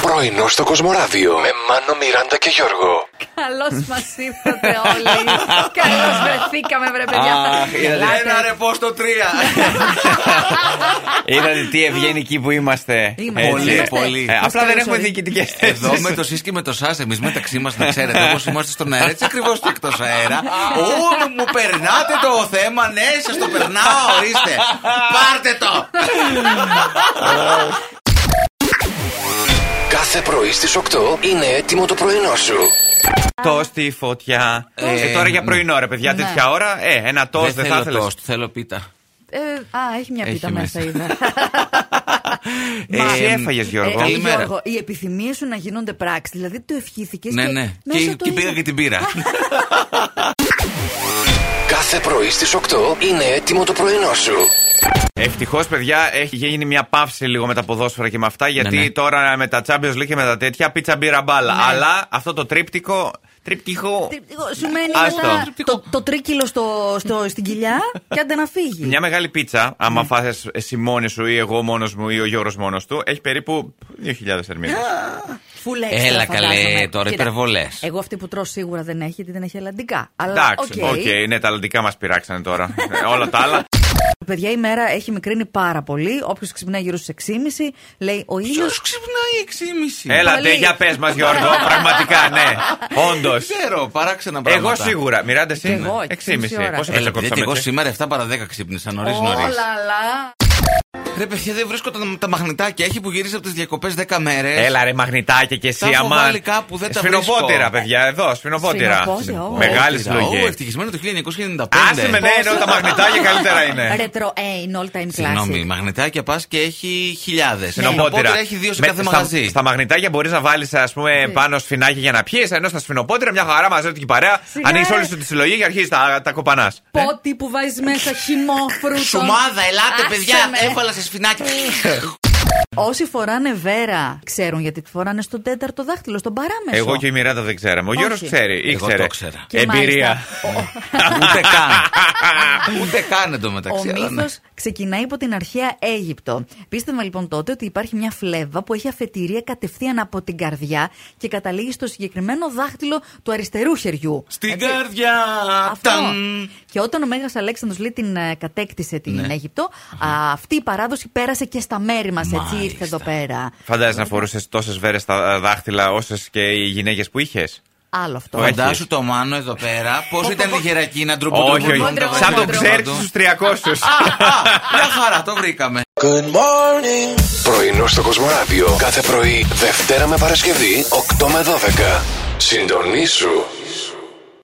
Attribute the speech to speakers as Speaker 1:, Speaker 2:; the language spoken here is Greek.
Speaker 1: Πρωινό στο Κοσμοράδιο με Μάνο, Μιράντα και Γιώργο.
Speaker 2: Καλώς μας ήρθατε όλοι. Καλώς βρεθήκαμε, βρε παιδιά.
Speaker 3: Αχ, είδατε.
Speaker 2: Γελάτε.
Speaker 4: Ένα ρεπό στο τρία.
Speaker 3: Είδατε τι ευγενικοί που είμαστε.
Speaker 2: Είμαστε.
Speaker 3: Έτσι.
Speaker 4: Πολύ, πολύ.
Speaker 3: Ε, απλά
Speaker 2: Μας
Speaker 3: δεν έχουμε
Speaker 2: καλωσορί-
Speaker 3: διοικητικές
Speaker 4: Εδώ με το ΣΥΣ και με το ΣΑΣ, εμείς μεταξύ μας να ξέρετε όπως είμαστε στον αέρα, έτσι ακριβώς και εκτός αέρα. Ού, μου περνάτε το θέμα, ναι, σας το περνάω, ορίστε. Πάρτε το.
Speaker 1: Κάθε πρωί στις 8 είναι έτοιμο το πρωινό σου.
Speaker 3: Τόστ στη φωτιά. Ε, τώρα για πρωινό, ρε παιδιά,
Speaker 2: ναι.
Speaker 3: τέτοια ώρα. Ε, ένα τόστ δεν θα ήθελε.
Speaker 4: toast, θέλω πίτα.
Speaker 2: Ε, Α, έχει μια
Speaker 4: Έχει
Speaker 2: πίτα
Speaker 4: μέσα.
Speaker 2: μέσα, είδα.
Speaker 3: Εσύ
Speaker 4: Ε,
Speaker 3: έφαγες, Γιώργο.
Speaker 2: Ε,
Speaker 4: Καλημέρα.
Speaker 2: Γιώργο, οι επιθυμίες σου να γίνονται πράξη. Δηλαδή το ευχήθηκε.
Speaker 4: Ναι, ναι. Και, και πήγα και την πήρα.
Speaker 1: Κάθε πρωί στις 8 είναι έτοιμο το πρωινό σου.
Speaker 3: Ευτυχώς, παιδιά, έχει γίνει μια παύση λίγο με τα ποδόσφαιρα και με αυτά. Γιατί
Speaker 4: Ναι, ναι.
Speaker 3: τώρα με τα Champions League και με τα τέτοια πίτσα μπύρα μπάλα.
Speaker 2: Ναι.
Speaker 3: Αλλά αυτό το τρίπτυχο. Τρίπτυχο.
Speaker 2: Σου μένει
Speaker 3: Άστο.
Speaker 2: μετά το, το τρίκυλο στο, στο, στην κοιλιά και άντε να φύγει.
Speaker 3: Μια μεγάλη πίτσα, άμα
Speaker 2: Ναι.
Speaker 3: φάσει εσύ μόνη σου ή εγώ μόνος μου ή ο Γιώργος μόνος του, έχει περίπου 2.000 ερμηνείε.
Speaker 2: Full έξτρα,
Speaker 4: Έλα, καλέ,
Speaker 2: φαντάζομαι.
Speaker 4: τώρα,
Speaker 2: Κοίτα,
Speaker 4: υπερβολές.
Speaker 2: Εγώ αυτή που τρώω σίγουρα δεν έχει, γιατί δεν έχει ελλαντικά. Αλλά,
Speaker 3: Εντάξει,
Speaker 2: οκ.
Speaker 3: οκ, ναι, τα αλλαντικά μας πειράξανε τώρα. Ε, Όλα τα άλλα.
Speaker 2: Παιδιά, η μέρα έχει μικρύνει πάρα πολύ. Όποιος ξυπνάει γύρω στις 6.30 λέει ο ήλιος.
Speaker 4: Ποιος ξυπνάει 6,5.
Speaker 3: Έλα,
Speaker 2: Πολύ.
Speaker 3: ντε, για πες μας, Γιώργο. Πραγματικά, ναι. Όντως.
Speaker 4: Δεν ξέρω, παράξενα πράγματα.
Speaker 3: Εγώ σίγουρα. Μοιράτε εσύ.
Speaker 2: Κι εγώ,
Speaker 3: 6,5.
Speaker 2: εξήμιση ώρα.
Speaker 3: Πόσο
Speaker 4: Έλα,
Speaker 3: πέτσα
Speaker 4: επειδή και
Speaker 3: κόψαμε.
Speaker 4: εγώ
Speaker 3: έτσι?
Speaker 4: σήμερα 7 παρα 10 ξύπνησα νωρίς νωρί.
Speaker 2: Όλα, αλλά.
Speaker 4: Ρε παιδιά, δεν βρίσκω τα, τα μαγνητάκια. Έχει που γυρίσει από τις διακοπές 10 μέρες.
Speaker 3: Έλα ρε μαγνητάκια και εσύ
Speaker 4: Τα έχω
Speaker 3: αμάν.
Speaker 4: βάλει κάπου, δεν τα
Speaker 3: Σφινοπότηρα,
Speaker 4: βρίσκω.
Speaker 3: παιδιά, εδώ, σφινοπότηρα.
Speaker 2: Σφινοπότηρα, ω.
Speaker 3: Μεγάλη
Speaker 4: Ω,
Speaker 3: συλλογή.
Speaker 4: ευτυχισμένο το 1995.
Speaker 3: Άσε με, ναι, εννοώ τα μαγνητάκια καλύτερα είναι.
Speaker 2: Retro A in all time
Speaker 4: Συγγνώμη,
Speaker 2: classic.
Speaker 4: μαγνητάκια πας και έχει χιλιάδες.
Speaker 3: Σφινοπότηρα.
Speaker 4: έχει δύο σε
Speaker 3: Ναι, Με-
Speaker 4: κάθε
Speaker 3: στα-
Speaker 4: μαγαζί.
Speaker 3: Στα μαγνητάκια μπορείς να βάλεις, ας
Speaker 2: Ναι.
Speaker 3: πούμε, πάνω σφινάκι για να πιεις, ενώ στα σφινοπότηρα μια χαρά μαζεύεται και η παρέα.
Speaker 2: Σιγά,
Speaker 3: Ανοίγεις
Speaker 2: ρε.
Speaker 3: όλη σου τη συλλογή και αρχίζεις τα, τα κοπανάς.
Speaker 2: Πότι που βάζεις μέσα χυμό φρούτων.
Speaker 4: Σουμάδα, ελάτε
Speaker 2: Άσε
Speaker 4: παιδιά,
Speaker 2: με.
Speaker 4: έβαλα σε σφινάκι.
Speaker 2: Όσοι φοράνε βέρα, ξέρουν γιατί τη φοράνε στον τέταρτο δάχτυλο, στον παράμεσο.
Speaker 3: Εγώ και η Μιράντα δεν ξέραμε. Ο Γιώργο
Speaker 2: Όχι.
Speaker 3: ξέρει,
Speaker 4: Εγώ
Speaker 3: ήξερε.
Speaker 4: το ξέρα.
Speaker 2: Και
Speaker 3: Εμπειρία.
Speaker 2: μάλιστα,
Speaker 4: Ναι. Ούτε καν. Ούτε καν εντωμεταξύ.
Speaker 2: Ο, ο
Speaker 4: αλλά ναι.
Speaker 2: μύθος ξεκινάει από την αρχαία Αίγυπτο. Πίστευα λοιπόν τότε ότι υπάρχει μια φλέβα που έχει αφετηρία κατευθείαν από την καρδιά και καταλήγει στο συγκεκριμένο δάχτυλο του αριστερού χεριού.
Speaker 4: Στην
Speaker 2: Έτσι.
Speaker 4: καρδιά.
Speaker 2: Αυτό.
Speaker 4: Ταν.
Speaker 2: Και όταν ο Μέγας Αλέξανδρος λέει την ε, κατέκτησε την Αίγυπτο, α, αυτή η παράδοση πέρασε και στα μέρη μας. Έτσι ήρθε
Speaker 4: Μάλιστα.
Speaker 2: εδώ πέρα.
Speaker 3: Φαντάζεσαι να φορούσες τόσες βέρες στα δάχτυλα όσες και οι γυναίκες που είχες.
Speaker 2: Άλλο αυτό.
Speaker 3: Ωραία.
Speaker 4: Φαντάσου το μάνο εδώ πέρα. Πόσο ήταν λιγερακή να ντρουμπούν
Speaker 3: Όχι, όχι.
Speaker 2: ντροπή, ντροπή,
Speaker 3: Σαν τον
Speaker 2: ντροπή.
Speaker 3: ξέρει στου 300.
Speaker 4: Μια χαρά, το βρήκαμε.
Speaker 1: Πρωινό στο Κοσμοράδιο κάθε πρωί, Δευτέρα με Παρασκευή, 8 με 12. Συντονίσου.